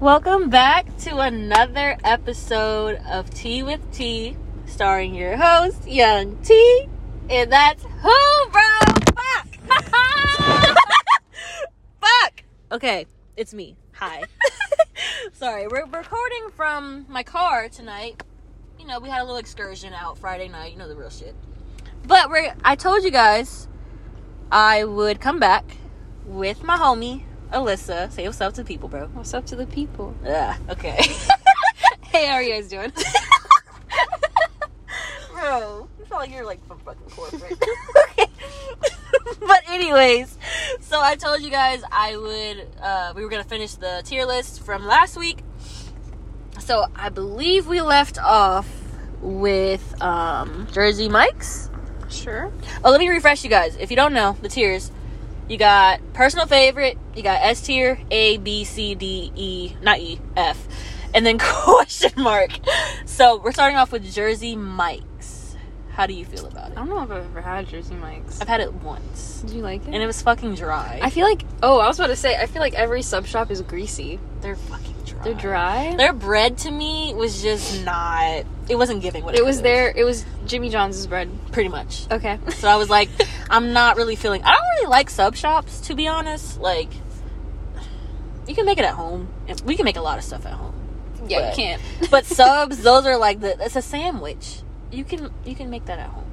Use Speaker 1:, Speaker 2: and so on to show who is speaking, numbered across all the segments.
Speaker 1: Welcome back to another episode of Tea with Tea, starring your host, Young T. And that's who, bro? Fuck! Fuck! Okay, it's me. Hi. Sorry, we're recording from my car tonight. You know, we had a little excursion out Friday night, you know the real shit. But we're I told you guys I would come back with my homie, Alyssa. Say what's up to the people, bro.
Speaker 2: What's up to the people?
Speaker 1: Yeah. Okay.
Speaker 2: Hey, how are you guys doing?
Speaker 1: Bro, you sound like you're like from fucking corporate. okay. but anyways, so I told you guys I would. Uh, we were gonna finish the tier list from last week. So I believe we left off with um, Jersey Mike's.
Speaker 2: sure.
Speaker 1: Oh, let me refresh you guys. If you don't know the tiers, you got personal favorite, you got S tier, A, B, C, D, E, not E, F, and then question mark. So we're starting off with Jersey Mike's. How do you feel about
Speaker 2: I
Speaker 1: it?
Speaker 2: don't know if I've ever had Jersey Mike's.
Speaker 1: I've had it once,
Speaker 2: Did you like it?
Speaker 1: and it was fucking dry.
Speaker 2: I feel like oh, I was about to say I feel like every sub shop is greasy.
Speaker 1: they're fucking dry.
Speaker 2: They're dry.
Speaker 1: Their bread to me was just not. It wasn't giving what it,
Speaker 2: it was
Speaker 1: could've,
Speaker 2: there. It was Jimmy John's bread.
Speaker 1: pretty much.
Speaker 2: Okay.
Speaker 1: So I was like, I'm not really feeling. I don't really like sub shops, to be honest. Like, you can make it at home. and We can make a lot of stuff at home.
Speaker 2: yeah,
Speaker 1: but-
Speaker 2: you can't.
Speaker 1: But subs, those are like the. It's a sandwich. You can you can make that at home,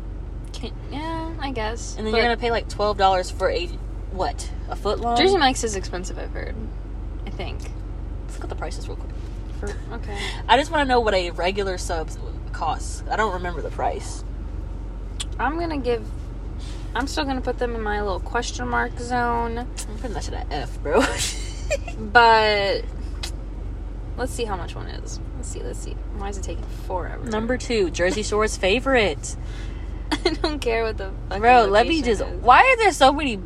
Speaker 2: Can't- yeah, I guess.
Speaker 1: and then
Speaker 2: But
Speaker 1: you're gonna pay like twelve dollars for a what a foot long.
Speaker 2: Jersey Mike's is expensive. I've heard. I think.
Speaker 1: Let's look at the prices real quick.
Speaker 2: For, okay.
Speaker 1: I just want to know what a regular subs costs. I don't remember the price.
Speaker 2: I'm gonna give. I'm still gonna put them in my little question mark zone,
Speaker 1: I'm putting that shit at F, bro.
Speaker 2: but let's see how much one is. Let's see. Let's see. Why is it taking forever?
Speaker 1: Number two, Jersey Shore's favorite.
Speaker 2: I don't care what the fucking
Speaker 1: Bro, let me
Speaker 2: location
Speaker 1: just.
Speaker 2: is.
Speaker 1: Why are there so many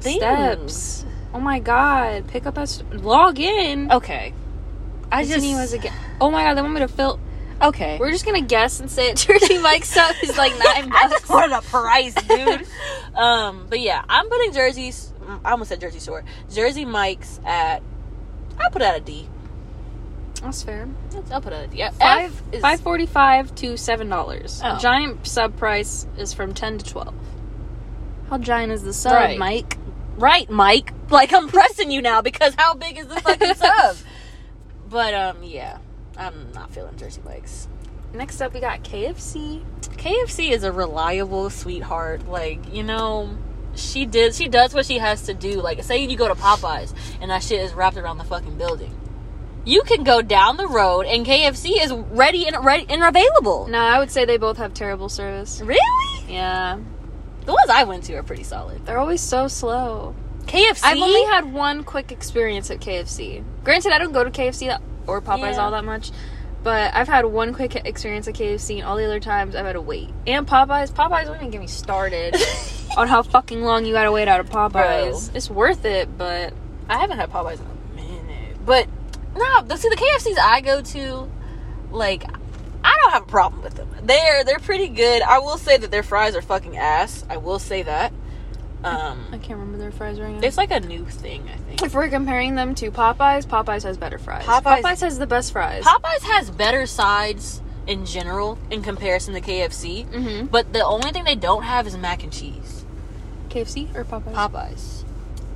Speaker 1: things?
Speaker 2: steps. Oh my god! Pick up at st- log in.
Speaker 1: Okay. Oh, I just.
Speaker 2: Disney was again. Oh my god! They want me to fill.
Speaker 1: okay.
Speaker 2: We're just gonna guess and say it. Turkey Mike's up is like nine
Speaker 1: I just
Speaker 2: bucks.
Speaker 1: wanted a price, dude. um, but yeah, I'm putting jerseys. mm, I almost said Jersey Shore. Jersey Mike's at. I'll put it at a D.
Speaker 2: That's fair.
Speaker 1: That's- I'll put it at a D. Yeah,
Speaker 2: Five
Speaker 1: F is,
Speaker 2: five forty five to seven dollars.
Speaker 1: Oh.
Speaker 2: Giant sub price is from ten to twelve. How giant is the sub,
Speaker 1: Right.
Speaker 2: Mike?
Speaker 1: Right, Mike. Like, I'm pressing you now because how big is the fucking sub? But, um, yeah. I'm not feeling Jersey Mike's.
Speaker 2: Next up, we got KFC.
Speaker 1: KFC is a reliable sweetheart. Like, you know, she did she does what she has to do. Like, say you go to Popeyes and that shit is wrapped around the fucking building. You can go down the road and KFC is ready and ready and available.
Speaker 2: No, I would say they both have terrible service.
Speaker 1: Really?
Speaker 2: Yeah,
Speaker 1: The ones I went to are pretty solid.
Speaker 2: they're always so slow.
Speaker 1: KFC
Speaker 2: I've only had one quick experience at KFC. Granted, I don't go to KFC that- or Popeyes
Speaker 1: Yeah.
Speaker 2: all that much, but I've had one quick experience at KFC, and all the other times I've had to wait. And Popeyes, Popeyes don't even get me started on how fucking long you gotta wait out of Popeyes. It's worth it, but
Speaker 1: I haven't had Popeyes in a minute. But no, the, see the KFCs I go to, like I don't have a problem with them. They're they're pretty good. I will say that their fries are fucking ass. I will say that.
Speaker 2: I
Speaker 1: Um,
Speaker 2: can't remember their fries right now.
Speaker 1: it's like a new thing. I think
Speaker 2: if we're comparing them to Popeyes, Popeyes has better fries.
Speaker 1: Popeyes-
Speaker 2: Popeyes, has the best fries.
Speaker 1: Popeyes has better sides in general in comparison to KFC.
Speaker 2: mm-hmm.
Speaker 1: But the only thing they don't have is mac and cheese.
Speaker 2: KFC or Popeyes?
Speaker 1: Popeyes.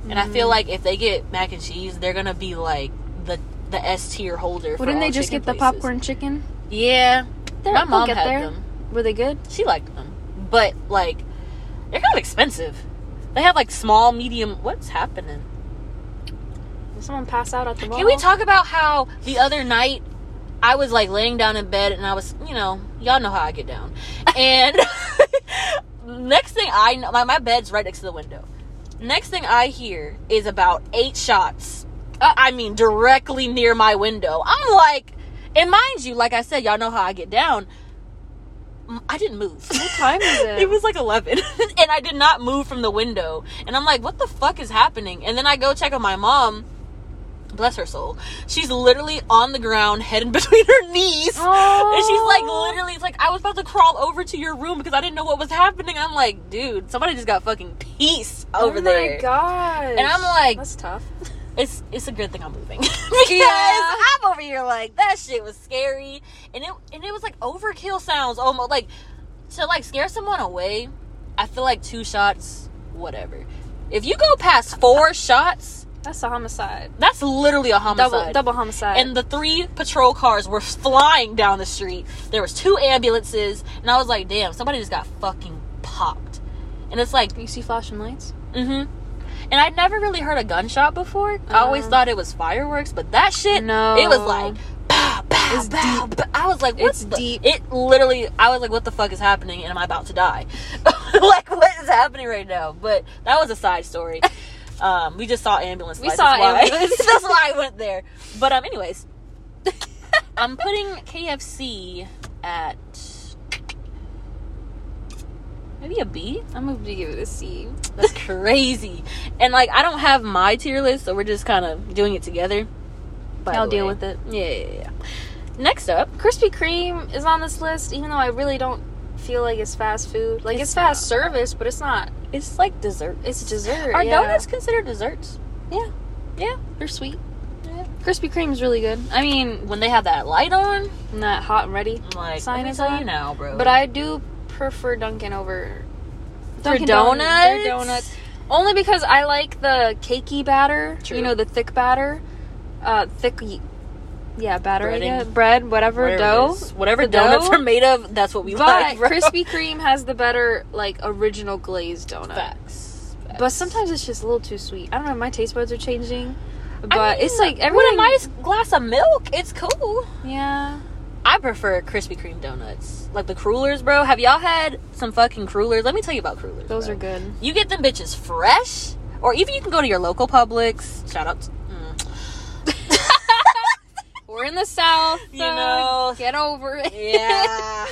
Speaker 1: And I
Speaker 2: Mm.
Speaker 1: feel like if they get mac and cheese, they're gonna be like the the S tier holder. for
Speaker 2: Wouldn't they
Speaker 1: all
Speaker 2: just get
Speaker 1: chicken
Speaker 2: the
Speaker 1: places.
Speaker 2: popcorn chicken?
Speaker 1: Yeah,
Speaker 2: They're-
Speaker 1: my
Speaker 2: they'll
Speaker 1: mom
Speaker 2: get
Speaker 1: had
Speaker 2: there.
Speaker 1: them.
Speaker 2: Were they good?
Speaker 1: She liked them, but like they're kind of expensive. They have like small, medium. What's happening?
Speaker 2: Did someone pass out at the mall?
Speaker 1: Can we talk about how the other night I was like laying down in bed and I was, you know, y'all know how I get down. And next thing I know, my, my bed's right next to the window. Next thing I hear is about eight shots. Uh, I mean, directly near my window. I'm like, and mind you, like I said, y'all know how I get down. M- I didn't move. What
Speaker 2: time is it?
Speaker 1: it was like 11. and I did not move from the window. And I'm like, what the fuck is happening? And then I go check on my mom bless her soul. She's literally on the ground, head in between her knees. And she's like,
Speaker 2: Aw.
Speaker 1: literally, it's like, I was about to crawl over to your room because I didn't know what was happening. I'm like, dude, somebody just got fucking peace over
Speaker 2: oh
Speaker 1: there.
Speaker 2: my god.
Speaker 1: And I'm like-
Speaker 2: that's tough.
Speaker 1: It's it's a good thing I'm moving. because
Speaker 2: Yeah.
Speaker 1: I here like that shit was scary, and it and it was like overkill sounds almost like to like scare someone away. I feel like two shots, whatever. If you go past four shots,
Speaker 2: That's a homicide.
Speaker 1: that's literally a homicide.
Speaker 2: Double double homicide.
Speaker 1: and the three patrol cars were flying down the street. There was two ambulances, and I was like, "Damn, somebody just got fucking popped." And it's like,
Speaker 2: you see flashing lights?
Speaker 1: mm-hmm. And I'd never really heard a gunshot before. I always
Speaker 2: Uh-huh.
Speaker 1: thought it was fireworks, but that shit,
Speaker 2: No.
Speaker 1: it was like, pow, pow,
Speaker 2: It's
Speaker 1: pow,
Speaker 2: deep.
Speaker 1: pow. I was like, what
Speaker 2: It's
Speaker 1: the-
Speaker 2: deep.
Speaker 1: It literally, I was like, what the fuck is happening? And am I about to die? like, what is happening right now? But that was a side story. um, we just saw ambulance.
Speaker 2: We
Speaker 1: lights.
Speaker 2: saw
Speaker 1: That's why-
Speaker 2: ambulance.
Speaker 1: That's why I went there. But um, anyways, I'm putting KFC at maybe a B.
Speaker 2: I'm going to give it a C.
Speaker 1: That's crazy. And like I don't have my tier list, so we're just kind of doing it together. By
Speaker 2: I'll
Speaker 1: the
Speaker 2: deal
Speaker 1: way.
Speaker 2: with it.
Speaker 1: Yeah, yeah, yeah. Next up,
Speaker 2: Krispy Kreme is on this list, even though I really don't feel like it's fast food. Like it's,
Speaker 1: It's
Speaker 2: fast service, but it's not.
Speaker 1: it's like dessert.
Speaker 2: It's dessert.
Speaker 1: Are
Speaker 2: yeah.
Speaker 1: donuts considered desserts?
Speaker 2: Yeah.
Speaker 1: Yeah.
Speaker 2: They're sweet.
Speaker 1: Yeah.
Speaker 2: Krispy Kreme's really good. I mean,
Speaker 1: When they have that light on,
Speaker 2: not hot and ready.
Speaker 1: I'm like,
Speaker 2: Sign
Speaker 1: Sign let me
Speaker 2: is
Speaker 1: tell you
Speaker 2: on.
Speaker 1: now, bro.
Speaker 2: But I do prefer Dunkin' over
Speaker 1: for
Speaker 2: Dunkin' Their donuts. Only because I like the cakey batter.
Speaker 1: True.
Speaker 2: You know, the thick batter. Uh, thick, y- yeah, batter. I
Speaker 1: Breading.
Speaker 2: guess. Bread, whatever,
Speaker 1: whatever
Speaker 2: dough.
Speaker 1: it is. whatever
Speaker 2: The
Speaker 1: donuts
Speaker 2: dough?
Speaker 1: are made of, that's what we
Speaker 2: But
Speaker 1: like. bro.
Speaker 2: Krispy Kreme has the better, like, original glazed donut.
Speaker 1: Facts.
Speaker 2: But
Speaker 1: Facts.
Speaker 2: sometimes it's just a little too sweet. I don't know. My taste buds are changing. But
Speaker 1: I mean,
Speaker 2: it's like
Speaker 1: with
Speaker 2: everything.
Speaker 1: a nice glass of milk, it's cool.
Speaker 2: yeah.
Speaker 1: I prefer Krispy Kreme donuts, like the Crullers, bro. Have y'all had some fucking Crullers? Let me tell you about Crullers.
Speaker 2: Those
Speaker 1: bro.
Speaker 2: are good.
Speaker 1: You get them bitches fresh, or even you can go to your local Publix. Shout out. To, mm.
Speaker 2: We're in the South.
Speaker 1: You
Speaker 2: so
Speaker 1: know.
Speaker 2: Get over it.
Speaker 1: Yeah.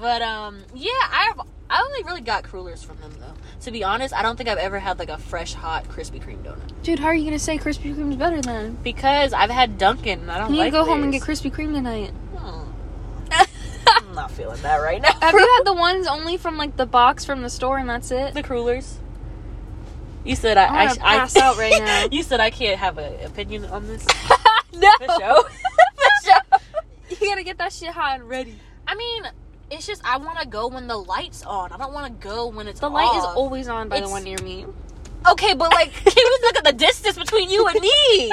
Speaker 1: but um, yeah, I've I only really got Crullers from them though. To be honest, I don't think I've ever had like a fresh hot Krispy Kreme donut
Speaker 2: Dude, how are you going to say Krispy Kreme's better then?
Speaker 1: because I've had Dunkin' and I don't
Speaker 2: You need
Speaker 1: like.
Speaker 2: to go home and get
Speaker 1: theirs.
Speaker 2: Krispy Kreme tonight.
Speaker 1: Hmm. I'm not feeling that right now.
Speaker 2: Have you had the ones only from like the box from the store and that's it?
Speaker 1: the Crullers? You said I,
Speaker 2: I wanna
Speaker 1: I, sh- I-
Speaker 2: pass out right now.
Speaker 1: you said I can't have an opinion on this.
Speaker 2: no.
Speaker 1: The show. the show.
Speaker 2: You gotta get that shit hot and ready.
Speaker 1: I mean, it's just I want to go when the light's on. I don't want to go when it's
Speaker 2: The light is
Speaker 1: off.
Speaker 2: always on by the
Speaker 1: It's-
Speaker 2: one near me.
Speaker 1: Okay, but like, can we look at the distance between you and me?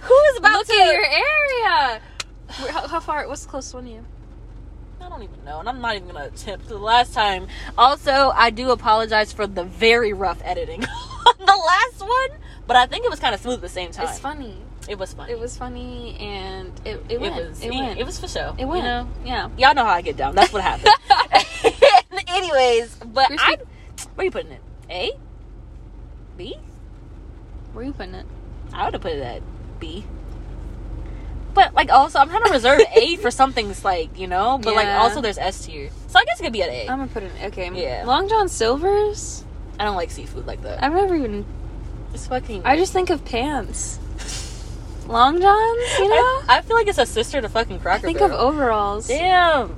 Speaker 1: Who's about
Speaker 2: Look
Speaker 1: to?
Speaker 2: at your area. Where- How, how far? What's the closest one to you?
Speaker 1: I don't even know, and I'm not even gonna attempt. The last time, also, I do apologize for the very rough editing on the last one, but I think it was kind of smooth at the same time.
Speaker 2: It's funny.
Speaker 1: It was fun.
Speaker 2: It was funny and it it
Speaker 1: It
Speaker 2: went.
Speaker 1: was.
Speaker 2: it
Speaker 1: yeah,
Speaker 2: went.
Speaker 1: It was for show.
Speaker 2: It went.
Speaker 1: You know?
Speaker 2: Yeah.
Speaker 1: Y'all know how I get down. That's what happened. Anyways, but
Speaker 2: Krispy-
Speaker 1: I. Where you putting it? A. B.
Speaker 2: Where are you putting it?
Speaker 1: I would have put it at B. But like also, I'm trying to reserve A for something's like you know. But like
Speaker 2: Yeah.
Speaker 1: also, there's S tier, so I guess it could be at A.
Speaker 2: I'm gonna put it. Okay.
Speaker 1: Yeah.
Speaker 2: Long John Silver's.
Speaker 1: I don't like seafood like that.
Speaker 2: I've never even.
Speaker 1: It's fucking.
Speaker 2: I just think of pants. Long Johns. You know.
Speaker 1: I, I feel like it's a sister to fucking Cracker
Speaker 2: Think of
Speaker 1: Barrel.
Speaker 2: overalls.
Speaker 1: Damn,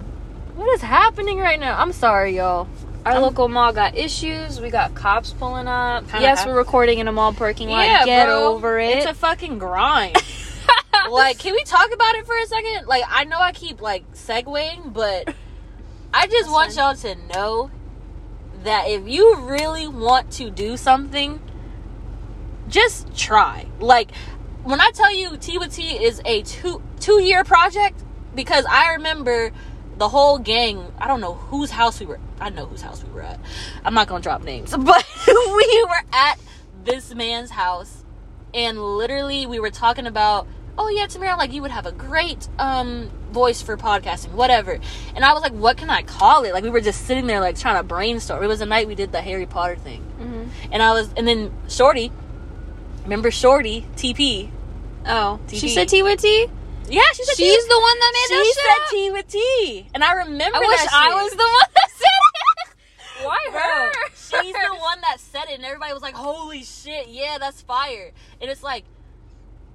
Speaker 1: what is happening right now? I'm sorry, y'all.
Speaker 2: Our
Speaker 1: I'm-
Speaker 2: local mall got issues. We got cops pulling up.
Speaker 1: Um, Kinda
Speaker 2: yes,
Speaker 1: hap-
Speaker 2: we're recording in a mall parking lot. Get over it.
Speaker 1: It's a fucking grind. like, can we talk about it for a second? Like, I know I keep like segueing, but I just
Speaker 2: That's
Speaker 1: want
Speaker 2: fine.
Speaker 1: y'all to know that if you really want to do something, just try. Like, when I tell you T with T is a two two year project, because I remember the whole gang. I don't know whose house we were. I know whose house we were at. I'm not gonna drop names, but we were at this man's house, and literally we were talking about, oh yeah, Tamara, like you would have a great um voice for podcasting, whatever. And I was like, what can I call it? Like we were just sitting there like trying to brainstorm. It was the night we did the Harry Potter thing
Speaker 2: Mhm.
Speaker 1: and I was, and then Shorty, remember Shorty TP?
Speaker 2: Oh, she
Speaker 1: TP.
Speaker 2: said T with T.
Speaker 1: Yeah, she said
Speaker 2: She's
Speaker 1: T.
Speaker 2: the one that made
Speaker 1: she said
Speaker 2: that shit up.
Speaker 1: T with T, and I remember.
Speaker 2: I wish
Speaker 1: that
Speaker 2: I
Speaker 1: shit.
Speaker 2: was the one that said it. Why
Speaker 1: Bro, she's the one that said it, and everybody was like, "Holy shit, yeah, that's fire!" And it's like,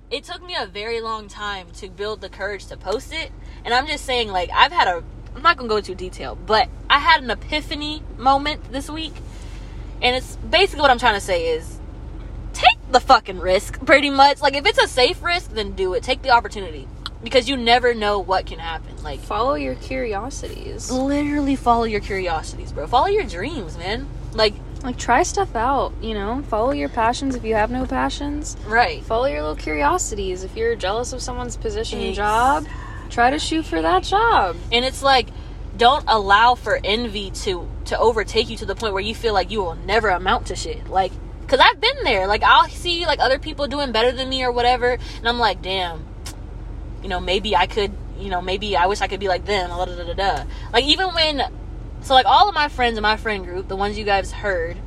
Speaker 1: it took me a very long time to build the courage to post it, and I'm just saying, like, I've had a, I'm not gonna go into detail, but I had an epiphany moment this week, and it's basically what I'm trying to say is. Take the fucking risk, pretty much. Like, if it's a safe risk, then do it. Take the opportunity. because you never know what can happen. Like
Speaker 2: Follow your curiosities.
Speaker 1: literally follow your curiosities, bro. Follow your dreams, man. Like
Speaker 2: Like try stuff out, you know? Follow your passions if you have no passions.
Speaker 1: right.
Speaker 2: Follow your little curiosities. If you're jealous of someone's position and job, try to shoot for that job.
Speaker 1: And it's like don't allow for envy to to overtake you to the point where you feel like you will never amount to shit. Like cuz I've been there. Like I'll see like other people doing better than me or whatever and I'm like, "Damn. You know, maybe I could, you know, maybe I wish I could be like them." la da da da da. Like even when so like all of my friends in my friend group, the ones you guys heard,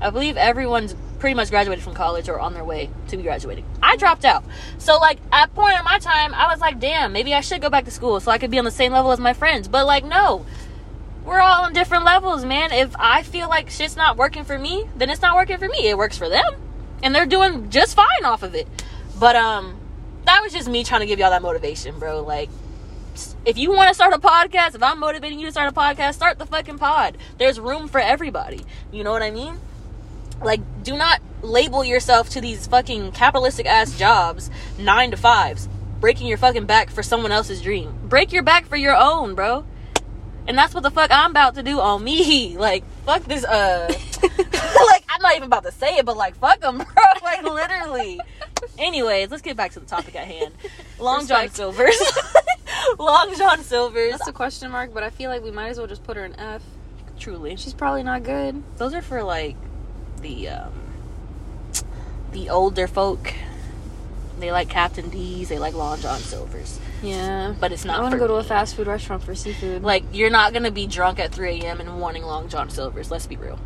Speaker 1: I believe everyone's pretty much graduated from college or on their way to be graduating. I dropped out. So like at a point in my time, I was like, damn, maybe I should go back to school so I could be on the same level as my friends. But like no. We're all on different levels, man. If I feel like shit's not working for me, then it's not working for me. It works for them. And they're doing just fine off of it. But um that was just me trying to give y'all that motivation, bro. Like if you want to start a podcast, if I'm motivating you to start a podcast, start the fucking pod. There's room for everybody. You know what I mean? like do not label yourself to these fucking capitalistic ass jobs nine to fives breaking your fucking back for someone else's dream break your back for your own bro and that's what the fuck i'm about to do on me like fuck this uh like i'm not even about to say it but like fuck them bro like literally anyways let's get back to the topic at hand long john
Speaker 2: Respect.
Speaker 1: silvers long john silvers
Speaker 2: That's a question mark, but I feel like we might as well just put her in F.
Speaker 1: truly
Speaker 2: She's probably not good.
Speaker 1: those are for like the um the older folk they like captain d's they like long john silvers
Speaker 2: Yeah.
Speaker 1: but it's not
Speaker 2: I want
Speaker 1: for
Speaker 2: to go to a
Speaker 1: me.
Speaker 2: fast food restaurant for seafood.
Speaker 1: like you're not gonna be drunk at 3 a.m and wanting long john silvers let's be real
Speaker 2: are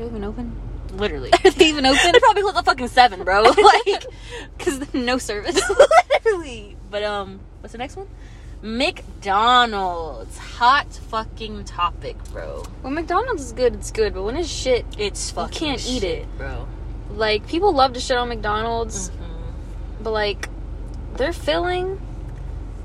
Speaker 2: they even open?
Speaker 1: literally
Speaker 2: Are they even open?
Speaker 1: they probably close at fucking seven bro like
Speaker 2: Because no service.
Speaker 1: literally but um what's the next one mcdonald's hot fucking topic bro
Speaker 2: when McDonald's is good, it's good. But when it's shit,
Speaker 1: it's fucking
Speaker 2: can't eat
Speaker 1: shit,
Speaker 2: it.
Speaker 1: bro
Speaker 2: like people love to shit on McDonald's,
Speaker 1: Mhm.
Speaker 2: but like they're filling.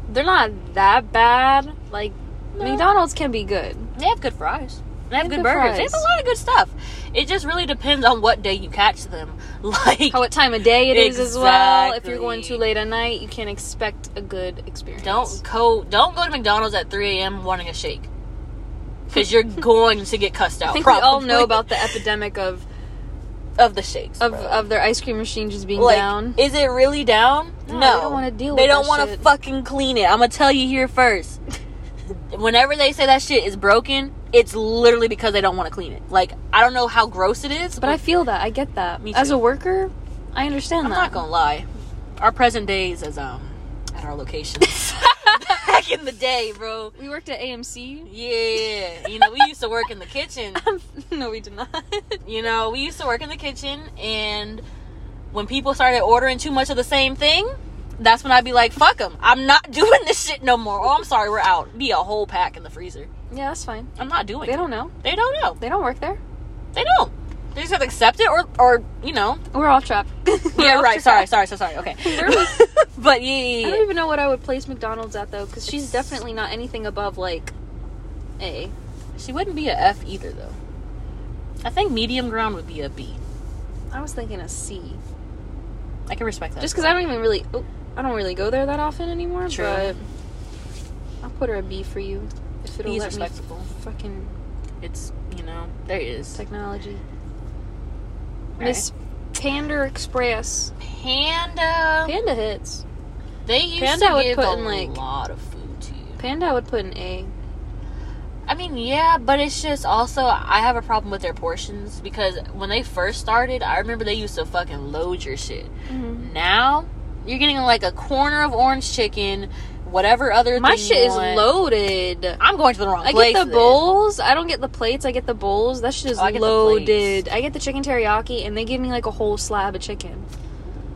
Speaker 2: They're not that bad. Like
Speaker 1: No.
Speaker 2: McDonald's can be good.
Speaker 1: They have good fries. They have
Speaker 2: They
Speaker 1: good,
Speaker 2: have good
Speaker 1: burgers. They have
Speaker 2: fries.
Speaker 1: a lot of good stuff. It just really depends on what day you catch them. Like,
Speaker 2: How what time of day it is as well. If you're going
Speaker 1: Exactly.
Speaker 2: too late at night, you can't expect a good experience.
Speaker 1: don't go don't go to McDonald's at 3 a.m. wanting a shake because you're going to get cussed out.
Speaker 2: I think
Speaker 1: probably.
Speaker 2: we all know about the epidemic of
Speaker 1: of the shakes
Speaker 2: of,
Speaker 1: bro.
Speaker 2: of their ice cream machine just being
Speaker 1: like,
Speaker 2: down.
Speaker 1: Is it really down?
Speaker 2: No,
Speaker 1: No,
Speaker 2: they don't wanna deal
Speaker 1: They
Speaker 2: with
Speaker 1: don't
Speaker 2: that
Speaker 1: wanna
Speaker 2: shit.
Speaker 1: fucking clean it. I'm gonna tell you here first. Whenever they say that shit is broken, it's literally because they don't want to clean it. Like I don't know how gross it is,
Speaker 2: But I feel that. I get that.
Speaker 1: Me
Speaker 2: As
Speaker 1: too.
Speaker 2: a worker, I understand
Speaker 1: I'm
Speaker 2: that.
Speaker 1: not gonna lie. Our present days is um at our locations. Back in the day, bro.
Speaker 2: We worked at AMC.
Speaker 1: Yeah. You know, we used to work in the kitchen.
Speaker 2: no, we did not.
Speaker 1: You know, we used to work in the kitchen and when people started ordering too much of the same thing, that's when I'd be like, fuck them. I'm not doing this shit no more. Oh, I'm sorry, we're out. Be a whole pack in the freezer.
Speaker 2: yeah, that's fine.
Speaker 1: I'm not doing
Speaker 2: They
Speaker 1: it.
Speaker 2: don't know.
Speaker 1: They don't know.
Speaker 2: They don't work there.
Speaker 1: They don't. They just have to accept it or, or you know.
Speaker 2: We're all trapped.
Speaker 1: Yeah, right. Sorry, sorry, so sorry. Okay.
Speaker 2: Really?
Speaker 1: but yeah, yeah,
Speaker 2: I
Speaker 1: yeah.
Speaker 2: don't even know what I would place McDonald's at though, because she's definitely not anything above like A.
Speaker 1: She wouldn't be a F either, though. I think medium ground would be a B.
Speaker 2: I was thinking a C,
Speaker 1: I can respect that.
Speaker 2: just because I don't even really, oh, I don't really go there that often anymore.
Speaker 1: True.
Speaker 2: But I'll put her a B for you if it'll
Speaker 1: B is
Speaker 2: let me.
Speaker 1: respectable.
Speaker 2: Fucking
Speaker 1: It's you know there it is
Speaker 2: technology.
Speaker 1: Right.
Speaker 2: Miss Panda Express.
Speaker 1: Panda.
Speaker 2: Panda hits.
Speaker 1: They used
Speaker 2: Panda
Speaker 1: to
Speaker 2: would
Speaker 1: give
Speaker 2: put
Speaker 1: a
Speaker 2: in, like-
Speaker 1: lot of food to you.
Speaker 2: Panda I would put an A.
Speaker 1: I mean, yeah, but it's just also I have a problem with their portions because when they first started, I remember they used to fucking load your shit. Mm-hmm. Now you're getting like a corner of orange chicken, whatever other
Speaker 2: My
Speaker 1: thing
Speaker 2: shit
Speaker 1: you
Speaker 2: is
Speaker 1: want.
Speaker 2: loaded.
Speaker 1: I'm going to the wrong
Speaker 2: I
Speaker 1: place.
Speaker 2: get the
Speaker 1: then.
Speaker 2: bowls. I don't get the plates. I get the bowls. That shit is
Speaker 1: Oh, I get the
Speaker 2: loaded. I get the chicken teriyaki, and they give me like a whole slab of chicken.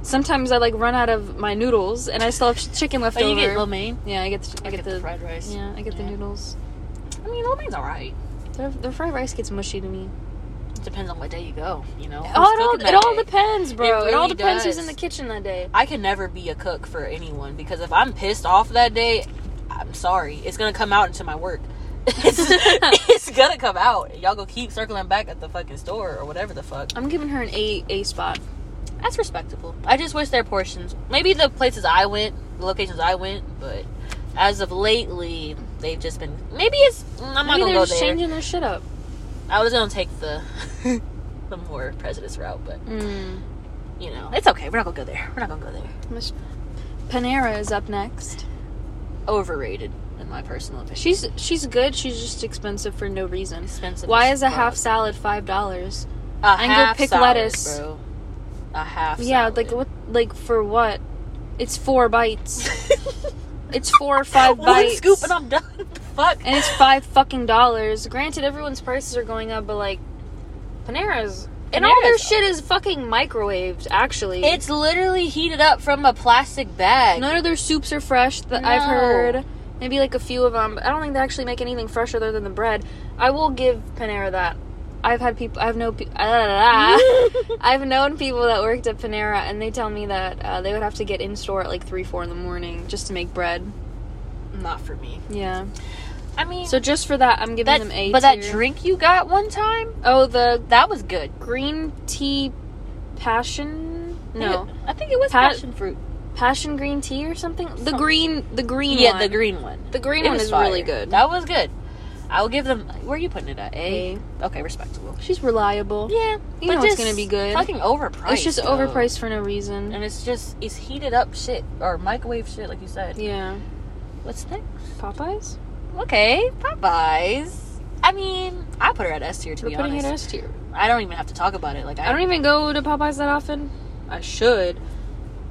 Speaker 2: Sometimes I like run out of my noodles, and I still have ch- chicken left
Speaker 1: Oh, you
Speaker 2: over.
Speaker 1: get lo mein.
Speaker 2: yeah, I get the, I, get, the,
Speaker 1: fried rice.
Speaker 2: yeah, I get the
Speaker 1: Yeah.
Speaker 2: noodles.
Speaker 1: I mean, lo mein's alright.
Speaker 2: Their, their fried rice gets mushy to me.
Speaker 1: depends on what day you go. You know,
Speaker 2: Oh, it all,
Speaker 1: Who's cooking
Speaker 2: it
Speaker 1: that
Speaker 2: all
Speaker 1: day?
Speaker 2: depends, bro. It, all
Speaker 1: really
Speaker 2: depends who's in
Speaker 1: does.
Speaker 2: the kitchen that day.
Speaker 1: I can never be a cook for anyone because if I'm pissed off that day, I'm sorry, it's gonna come out into my work. it's, it's gonna come out. Y'all go keep circling back at the fucking store or whatever the fuck.
Speaker 2: I'm giving her an A A spot.
Speaker 1: That's respectable. I just wish their portions, maybe the places I went, the locations I went, but as of lately, they've just been. Maybe it's. I'm not
Speaker 2: Maybe
Speaker 1: gonna
Speaker 2: they're
Speaker 1: go
Speaker 2: just
Speaker 1: there.
Speaker 2: changing their shit up.
Speaker 1: I was gonna take the the more prejudice route, but
Speaker 2: Mm.
Speaker 1: you know, it's okay. We're not gonna go there. We're not gonna go there.
Speaker 2: Panera is up next.
Speaker 1: Overrated, in my personal opinion.
Speaker 2: She's she's good. She's just expensive for no reason.
Speaker 1: Expensive.
Speaker 2: Why
Speaker 1: as
Speaker 2: is a
Speaker 1: fuck.
Speaker 2: half salad five dollars?
Speaker 1: A
Speaker 2: I can go
Speaker 1: half
Speaker 2: pick
Speaker 1: salad,
Speaker 2: lettuce.
Speaker 1: Bro. A half.
Speaker 2: Yeah,
Speaker 1: salad.
Speaker 2: like what? Like for what? It's four bites. It's four or five
Speaker 1: One
Speaker 2: bites.
Speaker 1: scoop and I'm done. What the fuck.
Speaker 2: and it's five fucking dollars. Granted, everyone's prices are going up, but like Panera's and all their
Speaker 1: Panera's-
Speaker 2: shit is fucking microwaved. Actually,
Speaker 1: It's literally heated up from a plastic bag.
Speaker 2: none of their soups are fresh that I've
Speaker 1: No.
Speaker 2: heard. Maybe like a few of them. I don't think they actually make anything fresh other than the bread. I will give Panera that. I've had people. I've no. Pe- ah,
Speaker 1: Ah.
Speaker 2: I've known people that worked at Panera, and they tell me that uh, they would have to get in store at like three, four in the morning just to make bread.
Speaker 1: Not for me.
Speaker 2: Yeah.
Speaker 1: I mean,
Speaker 2: So just for that, I'm giving
Speaker 1: that,
Speaker 2: them a.
Speaker 1: but that
Speaker 2: tier.
Speaker 1: drink you got one time,
Speaker 2: Oh, the
Speaker 1: that was good.
Speaker 2: green tea passion no
Speaker 1: I think it was
Speaker 2: Pa-
Speaker 1: passion fruit.
Speaker 2: passion green tea or something the
Speaker 1: Some-
Speaker 2: green the green
Speaker 1: yeah,
Speaker 2: one.
Speaker 1: the green one.
Speaker 2: the green
Speaker 1: It
Speaker 2: one
Speaker 1: was
Speaker 2: is
Speaker 1: fire.
Speaker 2: really good
Speaker 1: That was good. I will give them. Where are you putting it at? A. Okay, respectable.
Speaker 2: she's reliable
Speaker 1: Yeah,
Speaker 2: You know it's gonna be good.
Speaker 1: Fucking overpriced.
Speaker 2: it's just
Speaker 1: though.
Speaker 2: overpriced for no reason
Speaker 1: and it's just it's heated up shit or microwave shit, like you said.
Speaker 2: yeah
Speaker 1: What's next?
Speaker 2: popeyes
Speaker 1: Okay, Popeyes. I mean, I put her at S tier to
Speaker 2: we're
Speaker 1: be
Speaker 2: putting
Speaker 1: honest.
Speaker 2: it as tier
Speaker 1: I don't even have to talk about it. Like I,
Speaker 2: i don't even go to popeyes that often i should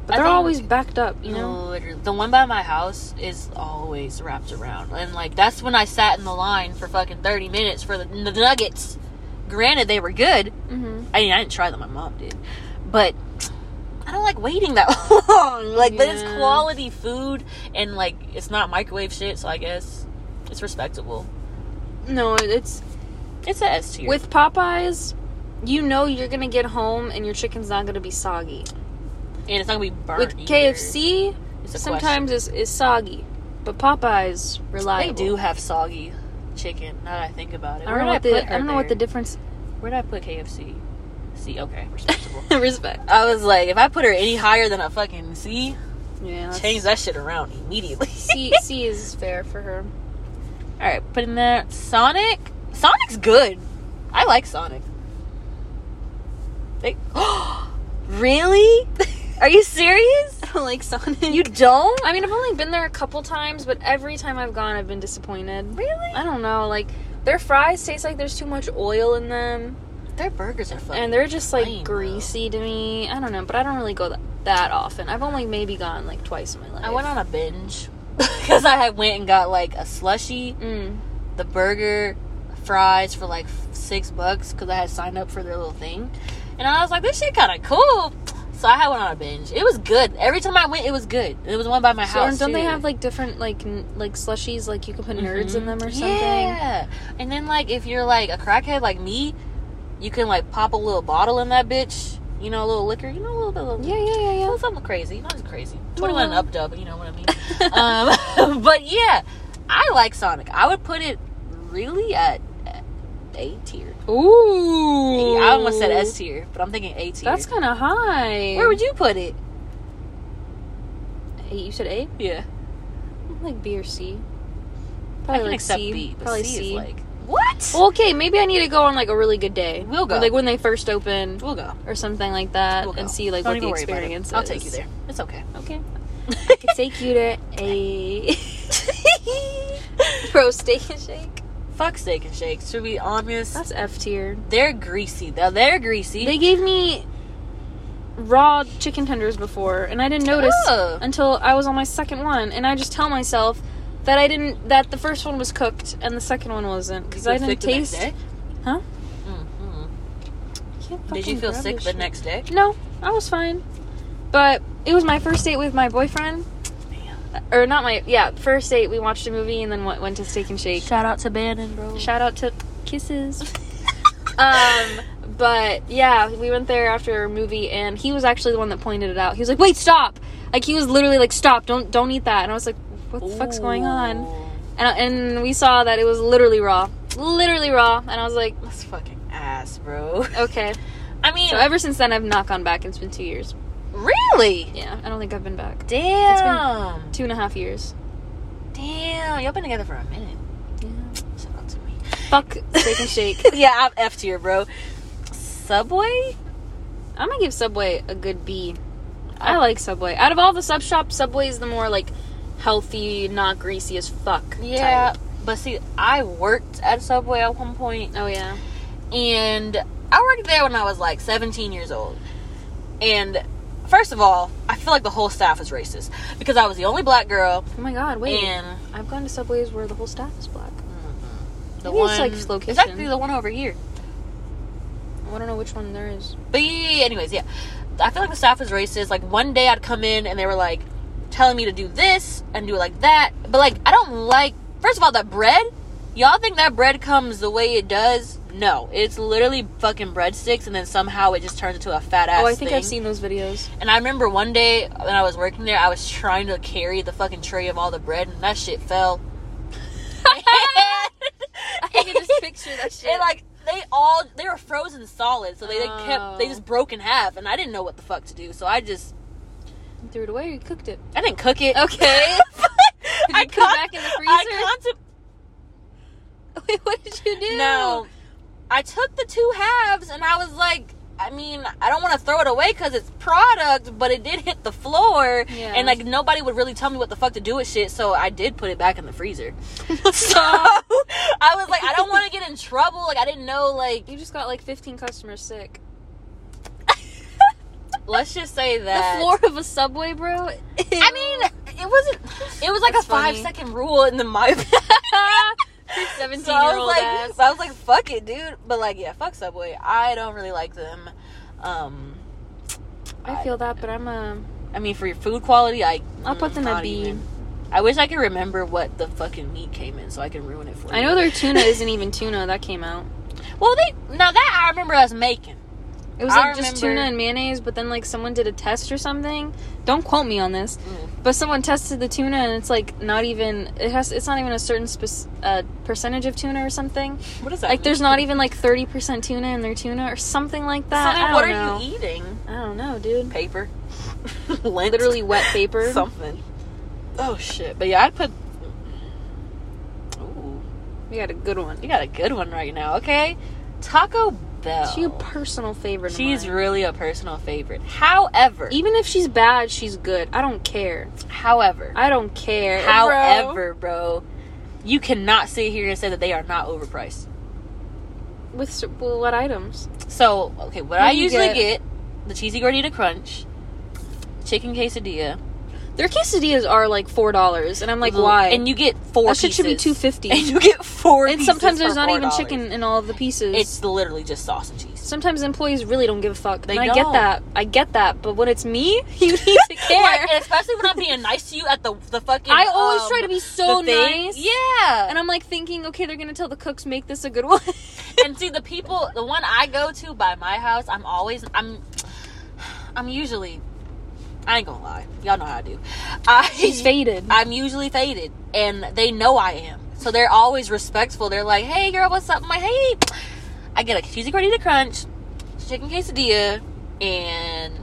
Speaker 2: but
Speaker 1: I
Speaker 2: they're
Speaker 1: think-
Speaker 2: always backed up you
Speaker 1: You
Speaker 2: know
Speaker 1: know, literally- the one by my house is always wrapped around, and like that's when I sat in the line for fucking thirty minutes for the, the nuggets. Granted, they were good.
Speaker 2: mm-hmm.
Speaker 1: I mean, I didn't try them. My mom did, but I don't like waiting that long. Like, but it's
Speaker 2: Yeah.
Speaker 1: quality food, and like it's not microwave shit, so I guess it's respectable.
Speaker 2: no it's
Speaker 1: It's a S tier.
Speaker 2: with popeyes you know you're gonna get home and your chicken's not gonna be soggy
Speaker 1: and it's not gonna be burnt.
Speaker 2: with
Speaker 1: either.
Speaker 2: kfc
Speaker 1: It's a
Speaker 2: sometimes is, is soggy, but Popeyes
Speaker 1: question.
Speaker 2: reliable.
Speaker 1: they do have soggy chicken. Now that I think about it,
Speaker 2: I
Speaker 1: Where
Speaker 2: don't
Speaker 1: did
Speaker 2: know what
Speaker 1: put
Speaker 2: the I
Speaker 1: her
Speaker 2: don't know what the
Speaker 1: there?
Speaker 2: difference.
Speaker 1: Where did I put KFC? C. Okay, respectable.
Speaker 2: Respect.
Speaker 1: I was like, if I put her any higher than a fucking C,
Speaker 2: Yeah. that's-
Speaker 1: change that shit around immediately.
Speaker 2: C C is fair for her.
Speaker 1: All right, putting that Sonic. Sonic's good. I like Sonic. They- really? Are you serious?
Speaker 2: I don't like Sonic.
Speaker 1: You don't?
Speaker 2: I mean, I've only been there a couple times, but every time I've gone, I've been disappointed.
Speaker 1: really?
Speaker 2: I don't know, like their fries taste like there's too much oil in them,
Speaker 1: Their burgers are fucking.
Speaker 2: and they're just like
Speaker 1: lame, though.
Speaker 2: greasy to me. I don't know, but I don't really go that, that often. I've only maybe gone like twice in my life.
Speaker 1: I went on a binge because I had went and got like a slushy,
Speaker 2: Mm.
Speaker 1: the burger, fries for like f- six bucks because I had signed up for their little thing, and I was like, this shit kind of cool. So I had went on a binge. It was good. Every time I went, it was good. It was one by my
Speaker 2: So,
Speaker 1: house.
Speaker 2: and don't they
Speaker 1: too. Mm-hmm.
Speaker 2: have like different like n- like slushies like you can put nerds in them or something?
Speaker 1: Yeah. And then like if you're like a crackhead like me, you can like pop a little bottle in that bitch. You know, a little liquor. You know, a little bit of
Speaker 2: Yeah, yeah, yeah, yeah.
Speaker 1: something crazy. Not just crazy. Twenty one and
Speaker 2: Well.
Speaker 1: up, dub. You know what I mean. um, but yeah, I like Sonic. I would put it really at at A tier.
Speaker 2: Ooh,
Speaker 1: I almost said S tier, but I'm thinking A tier.
Speaker 2: That's kind of high.
Speaker 1: Where would you put it?
Speaker 2: A, you said A?
Speaker 1: Yeah,
Speaker 2: Like B or C?
Speaker 1: I can accept B, but
Speaker 2: Probably
Speaker 1: C,
Speaker 2: C.
Speaker 1: is like what?
Speaker 2: Well, okay, maybe I need to go on like a really good day.
Speaker 1: We'll go.
Speaker 2: Or, like when they first open
Speaker 1: we'll go.
Speaker 2: or something like that,
Speaker 1: We'll go.
Speaker 2: and see like
Speaker 1: Don't
Speaker 2: what the
Speaker 1: even worry about it.
Speaker 2: experience is.
Speaker 1: I'll take you there. It's okay.
Speaker 2: Okay. I could take you to a pro steak and shake.
Speaker 1: Fuck steak and shakes. To be honest,
Speaker 2: That's F tier.
Speaker 1: they're greasy though. They're greasy.
Speaker 2: They gave me raw chicken tenders before, and I didn't notice
Speaker 1: Oh.
Speaker 2: until I was on my second one. And I just tell myself that I didn't that the first one was cooked and the second one wasn't because
Speaker 1: You
Speaker 2: I
Speaker 1: feel
Speaker 2: didn't
Speaker 1: sick the next
Speaker 2: taste.
Speaker 1: day?
Speaker 2: Huh?
Speaker 1: Mm-hmm.
Speaker 2: Can't
Speaker 1: Did you
Speaker 2: fucking
Speaker 1: feel
Speaker 2: grab
Speaker 1: sick
Speaker 2: this
Speaker 1: the
Speaker 2: shit.
Speaker 1: next day?
Speaker 2: No, I was fine. But it was my first date with my boyfriend. Or not my yeah first date. We watched a movie and then went, went to Steak and Shake.
Speaker 1: Shout out to Bannon, bro.
Speaker 2: Shout out to kisses. um, but yeah, we went there after a movie, and he was actually the one that pointed it out. He was like, "Wait, stop!" Like he was literally like, "Stop! Don't don't eat that!" And I was like, "What the fuck's going on?" And and we saw that it was literally raw, literally raw, and I was like,
Speaker 1: That's fucking ass, bro.
Speaker 2: "Okay."
Speaker 1: I mean,
Speaker 2: So ever since then, I've not gone back. It's been two years.
Speaker 1: really?
Speaker 2: Yeah, I don't think I've been back.
Speaker 1: Damn.
Speaker 2: Two and a half years.
Speaker 1: Damn. Y'all been together for a minute.
Speaker 2: Yeah.
Speaker 1: Shout out to me.
Speaker 2: Fuck steak and shake.
Speaker 1: yeah, I'm F tier, bro. Subway?
Speaker 2: I'm gonna give Subway a good B. I like Subway. Out of all the sub shops, Subway is the more like healthy, not greasy as fuck. type.
Speaker 1: But see, I worked at Subway at one point,
Speaker 2: Oh yeah.
Speaker 1: and I worked there when I was like 17 years old. And first of all, I feel like the whole staff is racist because I was the only black girl,
Speaker 2: Oh my god. Wait.
Speaker 1: and
Speaker 2: I've gone to Subways where the whole staff is black.
Speaker 1: the
Speaker 2: Maybe
Speaker 1: one
Speaker 2: it's, like,
Speaker 1: it's
Speaker 2: location.
Speaker 1: actually the one over here.
Speaker 2: I don't know which one there is.
Speaker 1: But yeah, yeah, yeah, anyways, yeah. I feel like the staff is racist. Like one day I'd come in and they were like telling me to do this and do it like that. But like I don't like first of all that bread. Y'all think that bread comes the way it does? No. It's literally fucking breadsticks and then somehow it just turns into a fat ass.
Speaker 2: oh, I think
Speaker 1: thing.
Speaker 2: I've seen those videos.
Speaker 1: And I remember one day when I was working there, I was trying to carry the fucking tray of all the bread and that shit fell.
Speaker 2: I can just picture that shit.
Speaker 1: And like they all they were frozen solid, so they, they kept they
Speaker 2: Oh.
Speaker 1: just broke in half, and I didn't know what the fuck to do, so I just
Speaker 2: You threw it away. Or you cooked it.
Speaker 1: I didn't cook it.
Speaker 2: Okay. Did you put it back in the
Speaker 1: I
Speaker 2: freezer? Wait, what did you do?
Speaker 1: contem- no, I took the two halves, and I was like. I mean, I don't want to throw it away because it's product, but it did hit the floor,
Speaker 2: Yeah.
Speaker 1: and like nobody would really tell me what the fuck to do with shit, so I did put it back in the freezer. So
Speaker 2: Stop.
Speaker 1: I was like, I don't want to get in trouble. Like I didn't know. Like
Speaker 2: You just got like 15 customers sick.
Speaker 1: let's just say that
Speaker 2: The floor of a subway, bro.
Speaker 1: I mean, it wasn't. It was like
Speaker 2: That's
Speaker 1: a five
Speaker 2: funny.
Speaker 1: second rule in the my. I
Speaker 2: 17-year-old
Speaker 1: was like,
Speaker 2: ass.
Speaker 1: so I was like, fuck it, dude. But like, yeah, fuck Subway. I don't really like them. Um,
Speaker 2: I feel that, but I'm um, a.
Speaker 1: I mean, for your food quality, I
Speaker 2: I'll put
Speaker 1: mm,
Speaker 2: them at
Speaker 1: not
Speaker 2: B.
Speaker 1: even. I wish I could remember what the fucking meat came in, so I can ruin it for you.
Speaker 2: I know their tuna isn't e- even tuna. That came out.
Speaker 1: Well, they now that I remember us making.
Speaker 2: It was
Speaker 1: I
Speaker 2: like just
Speaker 1: remember-
Speaker 2: tuna and mayonnaise, but then like someone did a test or something. Don't quote me on this,
Speaker 1: Mm.
Speaker 2: but someone tested the tuna and it's like not even it has it's not even a certain spec- uh, percentage of tuna or something.
Speaker 1: What is that?
Speaker 2: Like there's not even like thirty percent tuna in their tuna or something like
Speaker 1: So
Speaker 2: that.
Speaker 1: then
Speaker 2: I
Speaker 1: what
Speaker 2: don't
Speaker 1: are
Speaker 2: know.
Speaker 1: you eating?
Speaker 2: I don't know, dude.
Speaker 1: Paper. Lint?
Speaker 2: Literally wet paper.
Speaker 1: Something. Oh shit! But yeah, I'd put. Ooh.
Speaker 2: We got a good one.
Speaker 1: You got a good one right now, okay? Taco Bell.
Speaker 2: She a personal favorite. of
Speaker 1: She's
Speaker 2: mine.
Speaker 1: really a personal favorite. However,
Speaker 2: even if she's bad, she's good. I don't care.
Speaker 1: however,
Speaker 2: I don't care.
Speaker 1: however, bro. you cannot sit here and say that they are not overpriced.
Speaker 2: Bro. with cer- well, what items?
Speaker 1: So, okay, what
Speaker 2: do
Speaker 1: I
Speaker 2: you
Speaker 1: usually
Speaker 2: get?
Speaker 1: get? the cheesy gordita crunch, chicken quesadilla.
Speaker 2: Their quesadillas are like four dollars, and I'm like,
Speaker 1: little-
Speaker 2: why?
Speaker 1: And you get four.
Speaker 2: that shit should be two
Speaker 1: pieces.
Speaker 2: fifty.
Speaker 1: And you get four.
Speaker 2: And
Speaker 1: pieces
Speaker 2: sometimes
Speaker 1: for
Speaker 2: there's not even
Speaker 1: $4.
Speaker 2: chicken in all of the pieces.
Speaker 1: It's literally just sauce and cheese.
Speaker 2: sometimes employees really don't give a fuck.
Speaker 1: They
Speaker 2: and I get
Speaker 1: don't.
Speaker 2: that. I get that. But when it's me, you need to care.
Speaker 1: Like, and especially when I'm being nice to you at the the fucking.
Speaker 2: I always
Speaker 1: um,
Speaker 2: try to be so
Speaker 1: the thing.
Speaker 2: nice.
Speaker 1: Yeah.
Speaker 2: And I'm like thinking, okay, they're gonna tell the cooks make this a good one.
Speaker 1: and see the people the one i go to by my house i'm always i'm i'm usually i ain't gonna lie y'all know how i do i
Speaker 2: She's faded.
Speaker 1: i'm usually faded and they know i am so they're always respectful they're like hey girl what's up i'm like hey i get a cheesy gordita crunch chicken quesadilla and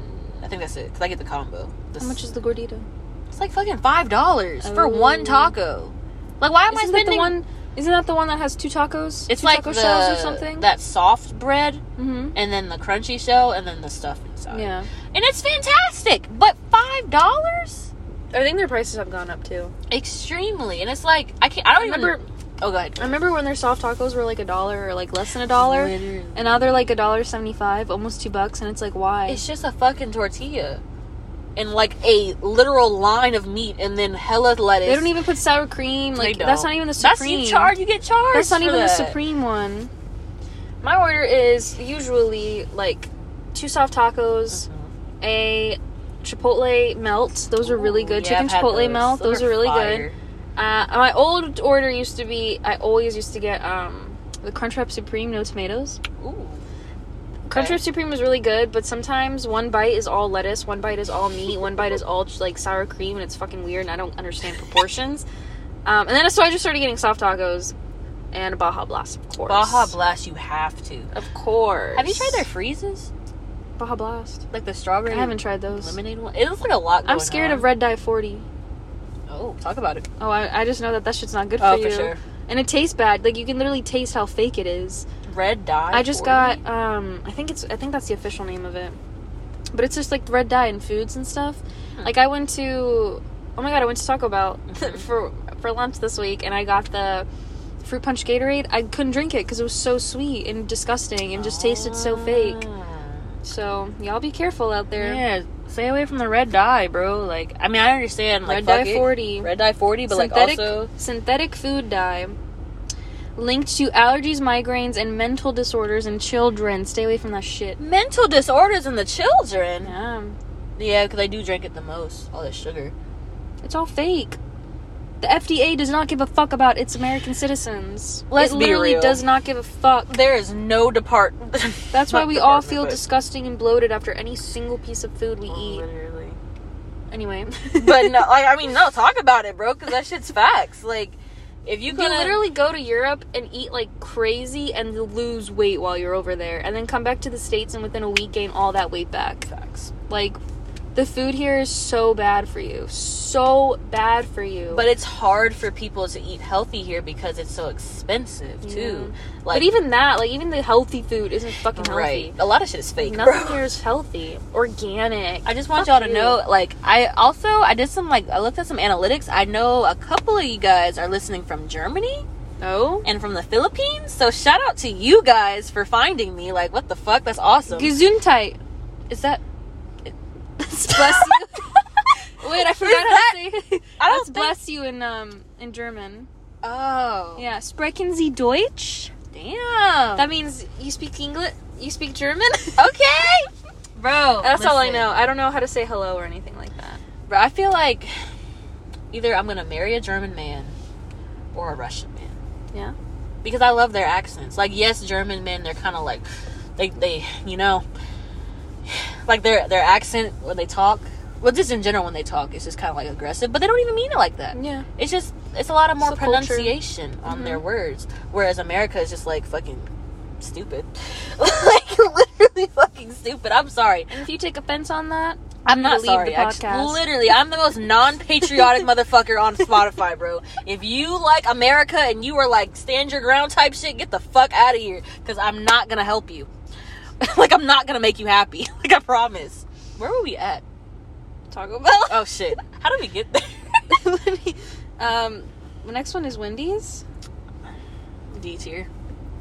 Speaker 1: i think that's it because i get the combo
Speaker 2: How much is the gordita?
Speaker 1: it's like fucking five dollars for one
Speaker 2: Oh.
Speaker 1: taco like why am i
Speaker 2: Isn't that
Speaker 1: spending
Speaker 2: the one? Isn't that the one that has two tacos?
Speaker 1: it's
Speaker 2: two
Speaker 1: like
Speaker 2: taco
Speaker 1: the,
Speaker 2: shells or something.
Speaker 1: that soft bread
Speaker 2: hmm
Speaker 1: and then the crunchy shell and then the stuff inside.
Speaker 2: Yeah.
Speaker 1: And it's fantastic. But five dollars?
Speaker 2: I think their prices have gone up too.
Speaker 1: Extremely. And it's like I can't I
Speaker 2: I
Speaker 1: don't
Speaker 2: remember.
Speaker 1: even Oh go ahead.
Speaker 2: I remember when their soft tacos were like a dollar or like less than a dollar, and now they're like a dollar seventy-five, almost two bucks, and it's like why?
Speaker 1: It's just a fucking tortilla. And like a literal line of meat and then hella lettuce.
Speaker 2: They don't even put sour cream.
Speaker 1: They
Speaker 2: Like that's
Speaker 1: don't.
Speaker 2: not even the
Speaker 1: That's
Speaker 2: supreme.
Speaker 1: you charge you get charged.
Speaker 2: That's not
Speaker 1: for
Speaker 2: even
Speaker 1: that.
Speaker 2: the supreme one. My order is usually like two soft tacos, Mm-hmm. a chipotle melt. Those are really
Speaker 1: Ooh,
Speaker 2: good.
Speaker 1: yeah,
Speaker 2: Chicken
Speaker 1: I've had
Speaker 2: chipotle
Speaker 1: those.
Speaker 2: melt. Those, are really
Speaker 1: fire.
Speaker 2: good. Uh, my old order used to be I always used to get um the Crunchwrap Supreme, no tomatoes.
Speaker 1: Ooh.
Speaker 2: Crunchwrap Supreme was really good, but sometimes one bite is all lettuce, one bite is all meat, one bite is all like sour cream, and it's fucking weird, and I don't understand proportions. Um, and then so I just started getting soft tacos and a Baja Blast, of course.
Speaker 1: Baja Blast you have to.
Speaker 2: of course.
Speaker 1: Have you tried their freezes?
Speaker 2: Baja Blast.
Speaker 1: Like the strawberry
Speaker 2: I haven't tried those.
Speaker 1: lemonade one. It looks like a lot.
Speaker 2: I'm
Speaker 1: going
Speaker 2: scared
Speaker 1: on.
Speaker 2: of red dye 40.
Speaker 1: Oh, talk about it.
Speaker 2: Oh, I, I just know that that shit's not good for
Speaker 1: Oh,
Speaker 2: you.
Speaker 1: for sure.
Speaker 2: And it tastes bad. Like you can literally taste how fake it is.
Speaker 1: Red dye.
Speaker 2: I
Speaker 1: 40.
Speaker 2: just got um I think it's I think that's the official name of it. But it's just like red dye in foods and stuff.
Speaker 1: Hmm.
Speaker 2: Like I went to oh my god, I went to Taco Bell
Speaker 1: Mhm.
Speaker 2: for for lunch this week and I got the fruit punch Gatorade. I couldn't drink it cuz it was so sweet and disgusting and just tasted so fake. So, y'all be careful out there.
Speaker 1: Ah. Yeah, stay away from the red dye, bro. Like, I mean, I understand. Like,
Speaker 2: red
Speaker 1: fuck
Speaker 2: dye
Speaker 1: it.
Speaker 2: 40.
Speaker 1: Red dye forty, but
Speaker 2: synthetic,
Speaker 1: like also
Speaker 2: synthetic food dye linked to allergies, migraines, and mental disorders in children. Stay away from that shit.
Speaker 1: mental disorders in the children.
Speaker 2: Yeah.
Speaker 1: Yeah, because I do drink it the most. All this sugar.
Speaker 2: It's all fake. The FDA does not give a fuck about its American citizens.
Speaker 1: Let's
Speaker 2: it
Speaker 1: be
Speaker 2: literally
Speaker 1: real.
Speaker 2: does not give a fuck.
Speaker 1: There is no depart.
Speaker 2: That's why
Speaker 1: not
Speaker 2: we all
Speaker 1: department,
Speaker 2: feel
Speaker 1: but-
Speaker 2: disgusting and bloated after any single piece of food we eat.
Speaker 1: Literally.
Speaker 2: Anyway,
Speaker 1: but no, like I mean, no. Talk about it, bro. Because that shit's facts. Like, if you
Speaker 2: You
Speaker 1: could
Speaker 2: literally go to Europe and eat like crazy and lose weight while you're over there, and then come back to the States and within a week gain all that weight back.
Speaker 1: facts,
Speaker 2: Like, the food here is so bad for you. So bad for you.
Speaker 1: but it's hard for people to eat healthy here because it's so expensive too. Like,
Speaker 2: but even that, like, even the healthy food isn't fucking healthy.
Speaker 1: right, a lot of shit is fake,
Speaker 2: Nothing
Speaker 1: bro.
Speaker 2: here is healthy. Organic.
Speaker 1: I just want
Speaker 2: Fuck
Speaker 1: y'all to
Speaker 2: you.
Speaker 1: know, like, I also I did some like I looked at some analytics. I know a couple of you guys are listening from Germany
Speaker 2: No?
Speaker 1: and from the Philippines, so shout out to you guys for finding me. Like, what the fuck? That's awesome.
Speaker 2: Gesundheit. Is that. bless you. Wait, I forgot
Speaker 1: that-
Speaker 2: how to say it.
Speaker 1: I don't
Speaker 2: That's
Speaker 1: think-
Speaker 2: bless you in, um, in German.
Speaker 1: Oh,
Speaker 2: Yeah. Sprechen Sie Deutsch?
Speaker 1: damn.
Speaker 2: That means you speak English? You speak German? Oh,
Speaker 1: okay, bro.
Speaker 2: That's all I
Speaker 1: listen.
Speaker 2: know. I don't know how to say hello or anything like that.
Speaker 1: Bro, I feel like either I'm gonna marry a German man or a Russian man.
Speaker 2: Yeah.
Speaker 1: Because I love their accents. Like, yes, German men, they're kind of like, they, they, you know, like their their accent when they talk. Well, just in general when they talk, it's just kind of like aggressive. But they don't even mean it like that.
Speaker 2: Yeah.
Speaker 1: It's just it's a lot of more
Speaker 2: It's a culture.
Speaker 1: pronunciation on
Speaker 2: Mhm.
Speaker 1: their words, whereas America is just like fucking stupid, like literally fucking stupid. I'm sorry.
Speaker 2: And if you take offense on that,
Speaker 1: I'm
Speaker 2: you need
Speaker 1: not
Speaker 2: to leave
Speaker 1: sorry.
Speaker 2: the
Speaker 1: I just-
Speaker 2: podcast.
Speaker 1: literally, I'm the most non-patriotic motherfucker on Spotify, bro. If you like America and you are like stand your ground type shit, get the fuck out of here because I'm not gonna help you. like I'm not gonna make you happy. Like I promise. Where were we at?
Speaker 2: Taco Bell.
Speaker 1: Oh shit! How did we get there?
Speaker 2: Let me- um, the next one is Wendy's.
Speaker 1: D tier.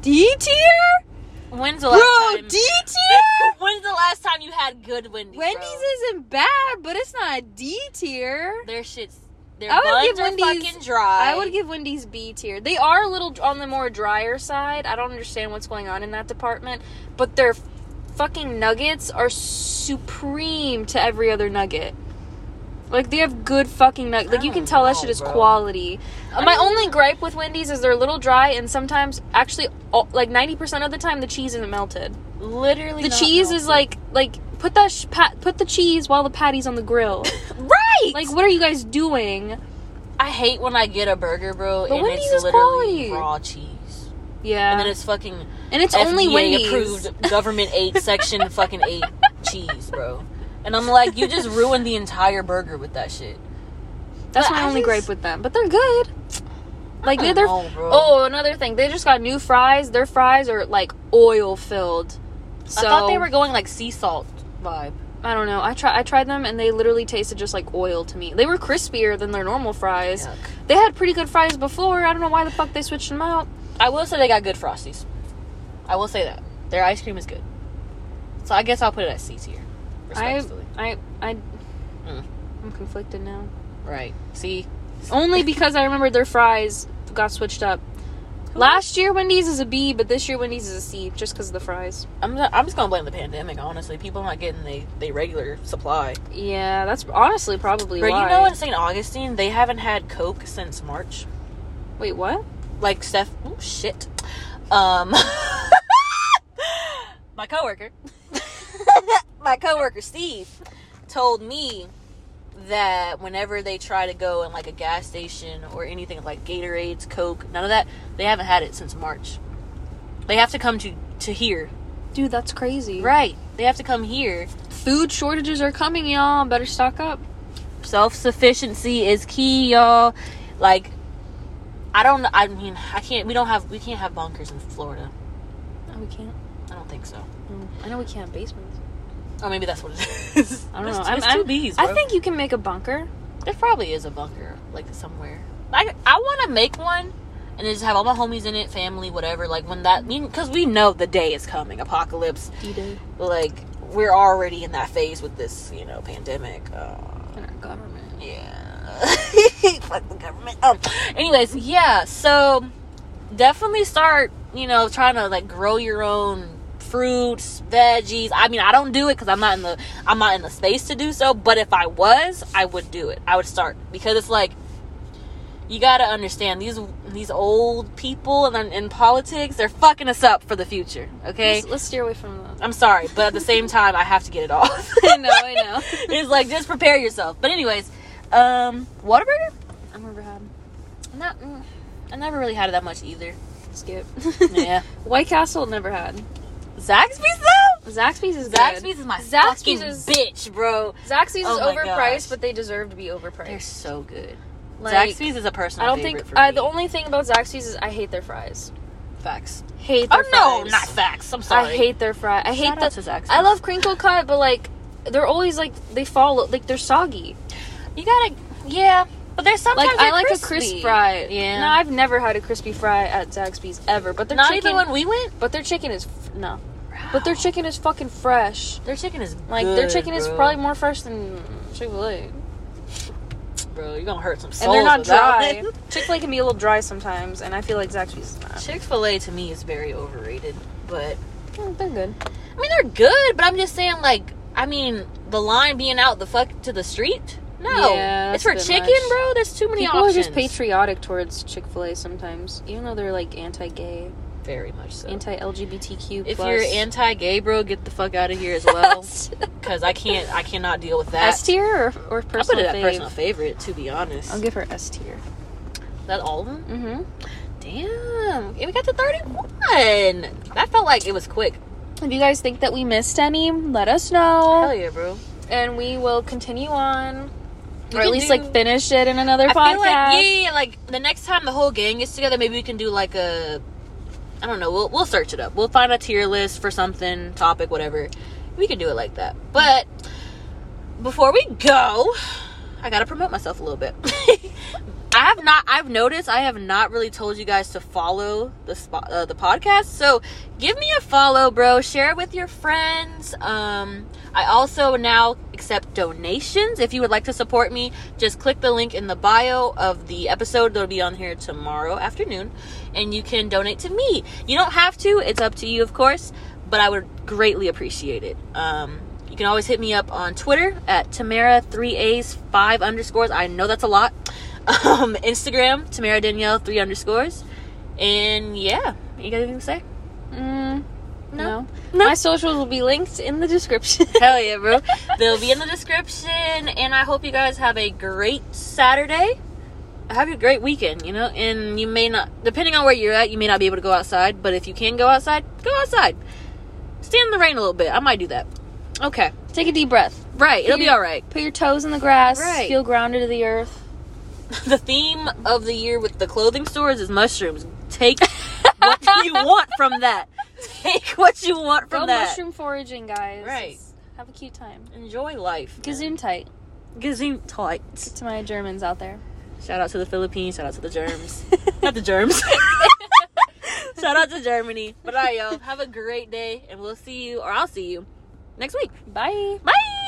Speaker 2: D tier,
Speaker 1: When's the
Speaker 2: bro.
Speaker 1: last time?
Speaker 2: D tier.
Speaker 1: When's the last time you had good Wendy's? bro?
Speaker 2: Wendy's isn't bad, but it's not a D tier.
Speaker 1: their shits. Their
Speaker 2: I would
Speaker 1: buns
Speaker 2: give
Speaker 1: are
Speaker 2: Wendy's-
Speaker 1: fucking dry.
Speaker 2: I would give Wendy's B tier. They are a little on the more drier side. I don't understand what's going on in that department, but their fucking nuggets are supreme to every other nugget. Like they have good fucking nuggets. Like you can
Speaker 1: don't
Speaker 2: tell that
Speaker 1: know,
Speaker 2: shit is
Speaker 1: bro.
Speaker 2: quality.
Speaker 1: I
Speaker 2: My
Speaker 1: mean-
Speaker 2: only gripe with Wendy's is they're a little dry, and sometimes actually, all, like ninety percent of the time, the cheese isn't melted.
Speaker 1: literally.
Speaker 2: The
Speaker 1: not
Speaker 2: cheese is
Speaker 1: melted.
Speaker 2: like like put that sh- pat, put the cheese while the patty's on the grill.
Speaker 1: right.
Speaker 2: like what are you guys doing?
Speaker 1: I hate when I get a burger, bro,
Speaker 2: But
Speaker 1: and
Speaker 2: Wendy's
Speaker 1: it's
Speaker 2: is
Speaker 1: literally
Speaker 2: quality.
Speaker 1: raw cheese,
Speaker 2: Yeah,
Speaker 1: and then it's fucking
Speaker 2: and it's
Speaker 1: FDA
Speaker 2: only Wendy's.
Speaker 1: approved government aid section fucking eight cheese, bro. And I'm like, you just ruined the entire burger with that shit.
Speaker 2: That's
Speaker 1: But
Speaker 2: my
Speaker 1: I
Speaker 2: only gripe
Speaker 1: just-
Speaker 2: with them, but they're good. Like they're, they're
Speaker 1: know, bro.
Speaker 2: oh another thing they just got new fries. Their fries are like oil filled. So
Speaker 1: I thought they were going like sea salt vibe.
Speaker 2: I don't know. I try I tried them and they literally tasted just like oil to me. They were crispier than their normal fries.
Speaker 1: Yuck.
Speaker 2: They had pretty good fries before. I don't know why the fuck they switched them out.
Speaker 1: I will say they got good frosties. I will say that their ice cream is good. So I guess I'll put it at C tier.
Speaker 2: I
Speaker 1: Respectfully.
Speaker 2: I I
Speaker 1: Mm.
Speaker 2: I'm conflicted now.
Speaker 1: Right. See?
Speaker 2: Only because I remember their fries got switched up. Last year Wendy's is a B, but this year Wendy's is a C just cuz of the fries.
Speaker 1: I'm not, I'm just gonna blame the pandemic, honestly. People not getting they they regular supply.
Speaker 2: Yeah, that's honestly probably
Speaker 1: But
Speaker 2: why.
Speaker 1: you know in St. Augustine, they haven't had Coke since March.
Speaker 2: Wait, what?
Speaker 1: Like Steph oh shit. Um my coworker my coworker Steve told me that whenever they try to go in like a gas station or anything like Gatorades, Coke, none of that, they haven't had it since March. They have to come to to here
Speaker 2: Dude, that's crazy.
Speaker 1: Right. They have to come here.
Speaker 2: Food shortages are coming, y'all. Better stock up.
Speaker 1: Self sufficiency is key, y'all. Like, I don't. I mean, I can't. We don't have. We can't have bunkers in Florida.
Speaker 2: No, we can't.
Speaker 1: I don't think so.
Speaker 2: Mm, I know we can't have basements.
Speaker 1: Oh, maybe that's what it is.
Speaker 2: I don't
Speaker 1: There's-
Speaker 2: know.
Speaker 1: there's
Speaker 2: I'm-
Speaker 1: 2
Speaker 2: I'm-
Speaker 1: B's.
Speaker 2: I
Speaker 1: bro.
Speaker 2: think you can make a bunker.
Speaker 1: there probably is a bunker like somewhere. I I want to make one and just have all my homies in it, family, whatever. Like when that mean because we know the day is coming, apocalypse.
Speaker 2: Either
Speaker 1: Like we're already in that phase with this, you know, pandemic. Uh,
Speaker 2: in our government.
Speaker 1: yeah. Fuck the government. Um, anyways, yeah. So definitely start, you know, trying to like grow your own fruits, veggies. I mean, I don't do it because I'm not in the I'm not in the space to do so. But if I was, I would do it. I would start because it's like you gotta understand these these old people and in, in politics, they're fucking us up for the future. Okay.
Speaker 2: Let's, let's steer away from that.
Speaker 1: I'm sorry, but at the same time, I have to get it off.
Speaker 2: I know, I know.
Speaker 1: it's like just prepare yourself. But anyways, um, Whataburger.
Speaker 2: I've never had.
Speaker 1: Not, mm, I never really had it that much either.
Speaker 2: Skip.
Speaker 1: Yeah,
Speaker 2: White Castle never had.
Speaker 1: Zaxby's though.
Speaker 2: Zaxby's is
Speaker 1: Zaxby's
Speaker 2: good.
Speaker 1: is my
Speaker 2: Zaxby's
Speaker 1: fucking
Speaker 2: is-
Speaker 1: bitch, bro.
Speaker 2: Zaxby's
Speaker 1: Oh
Speaker 2: is
Speaker 1: my
Speaker 2: overpriced,
Speaker 1: gosh.
Speaker 2: but they deserve to be overpriced.
Speaker 1: They're so good.
Speaker 2: Like,
Speaker 1: Zaxby's is a personal
Speaker 2: I don't
Speaker 1: favorite
Speaker 2: think
Speaker 1: for
Speaker 2: uh,
Speaker 1: me.
Speaker 2: the only thing about Zaxby's is I hate their fries.
Speaker 1: facts.
Speaker 2: Hate
Speaker 1: Oh
Speaker 2: their
Speaker 1: no,
Speaker 2: fries.
Speaker 1: not facts. I'm sorry.
Speaker 2: I hate their fries. I hate
Speaker 1: Shout out
Speaker 2: the.
Speaker 1: to Zaxby's.
Speaker 2: I love crinkle cut, but like they're always like they fall like they're soggy.
Speaker 1: You gotta, yeah. But there's sometimes
Speaker 2: Like I
Speaker 1: they're
Speaker 2: like a
Speaker 1: crispy.
Speaker 2: crisp fry.
Speaker 1: Yeah.
Speaker 2: No, I've never had a crispy fry at Zaxby's ever. But their
Speaker 1: Not
Speaker 2: chicken,
Speaker 1: even when we went.
Speaker 2: but their chicken is f- no. But their chicken is fucking fresh.
Speaker 1: Their chicken is
Speaker 2: Like their
Speaker 1: good,
Speaker 2: chicken is
Speaker 1: bro.
Speaker 2: probably more fresh than Chick Fil A, and
Speaker 1: bro. You're gonna hurt some souls.
Speaker 2: they're not
Speaker 1: without
Speaker 2: dry.
Speaker 1: it.
Speaker 2: Chick Fil A can be a little dry sometimes, and I feel like Zaxby's is not.
Speaker 1: Chick Fil A to me is very overrated, but
Speaker 2: Mm, they're good.
Speaker 1: I mean they're good. But I'm just saying, like, I mean the line being out the fuck to the street. No,
Speaker 2: Yeah,
Speaker 1: it's
Speaker 2: that's
Speaker 1: for
Speaker 2: a bit
Speaker 1: chicken,
Speaker 2: much.
Speaker 1: bro. There's too many
Speaker 2: People
Speaker 1: options.
Speaker 2: are just patriotic towards Chick Fil A sometimes, even though they're like anti-gay,
Speaker 1: very much so.
Speaker 2: anti-LGBTQ.
Speaker 1: if
Speaker 2: plus.
Speaker 1: you're anti-gay, bro, get the fuck out of here as well, because I can't. I cannot deal with that.
Speaker 2: S tier or, or
Speaker 1: I put
Speaker 2: personal
Speaker 1: it at
Speaker 2: fave?
Speaker 1: personal favorite, to be honest.
Speaker 2: I'll give her S tier.
Speaker 1: That all of them?
Speaker 2: Mm-hmm.
Speaker 1: Damn, Yeah, we got to thirty-one. That felt like it was quick.
Speaker 2: If you guys think that we missed any, let us know,
Speaker 1: Hell yeah, bro.
Speaker 2: and we will continue on,
Speaker 1: We
Speaker 2: or at
Speaker 1: can
Speaker 2: least
Speaker 1: do-
Speaker 2: like finish it in another
Speaker 1: I
Speaker 2: podcast.
Speaker 1: feel like yeah, yeah, like the next time the whole gang gets together, maybe we can do like a, I don't know. We'll we'll search it up. We'll find a tier list for something, topic, whatever. We can do it like that. But before we go, I gotta promote myself a little bit. I have not. I've noticed I have not really told you guys to follow the spot, uh, the podcast. So give me a follow, bro. Share it with your friends. Um, I also now accept donations. If you would like to support me, just click the link in the bio of the episode that'll be on here tomorrow afternoon, and you can donate to me. You don't have to. It's up to you, of course. But I would greatly appreciate it. Um, you can always hit me up on Twitter at Tamara three A's five underscores. I know that's a lot. Um, Instagram Tamara Danielle three underscores, and yeah, you got anything to say?
Speaker 2: Mm,
Speaker 1: No.
Speaker 2: no.
Speaker 1: No.
Speaker 2: My socials will be linked in the description.
Speaker 1: Hell yeah, bro! They'll be in the description, and I hope you guys have a great Saturday. Have a great weekend, you know. And you may not, depending on where you're at, you may not be able to go outside. But if you can go outside, go outside. Stand in the rain a little bit. I might do that. Okay,
Speaker 2: Take a deep breath.
Speaker 1: right? It'll be all right.
Speaker 2: Put your toes in the grass.
Speaker 1: Right.
Speaker 2: Feel grounded to the earth.
Speaker 1: the theme of the year with the clothing stores is mushrooms. Take what you want from that. Take what you want from
Speaker 2: Go
Speaker 1: that.
Speaker 2: mushroom foraging, guys.
Speaker 1: Right.
Speaker 2: Have a cute time.
Speaker 1: Enjoy life.
Speaker 2: Gazoon tight
Speaker 1: Gazoon tight.
Speaker 2: to my Germans out there.
Speaker 1: Shout out to the Philippines. Shout out to the germs. Not the germs. shout out to Germany. But all right, y'all. Have a great day, and we'll see you, or I'll see you, next week.
Speaker 2: Bye.
Speaker 1: Bye.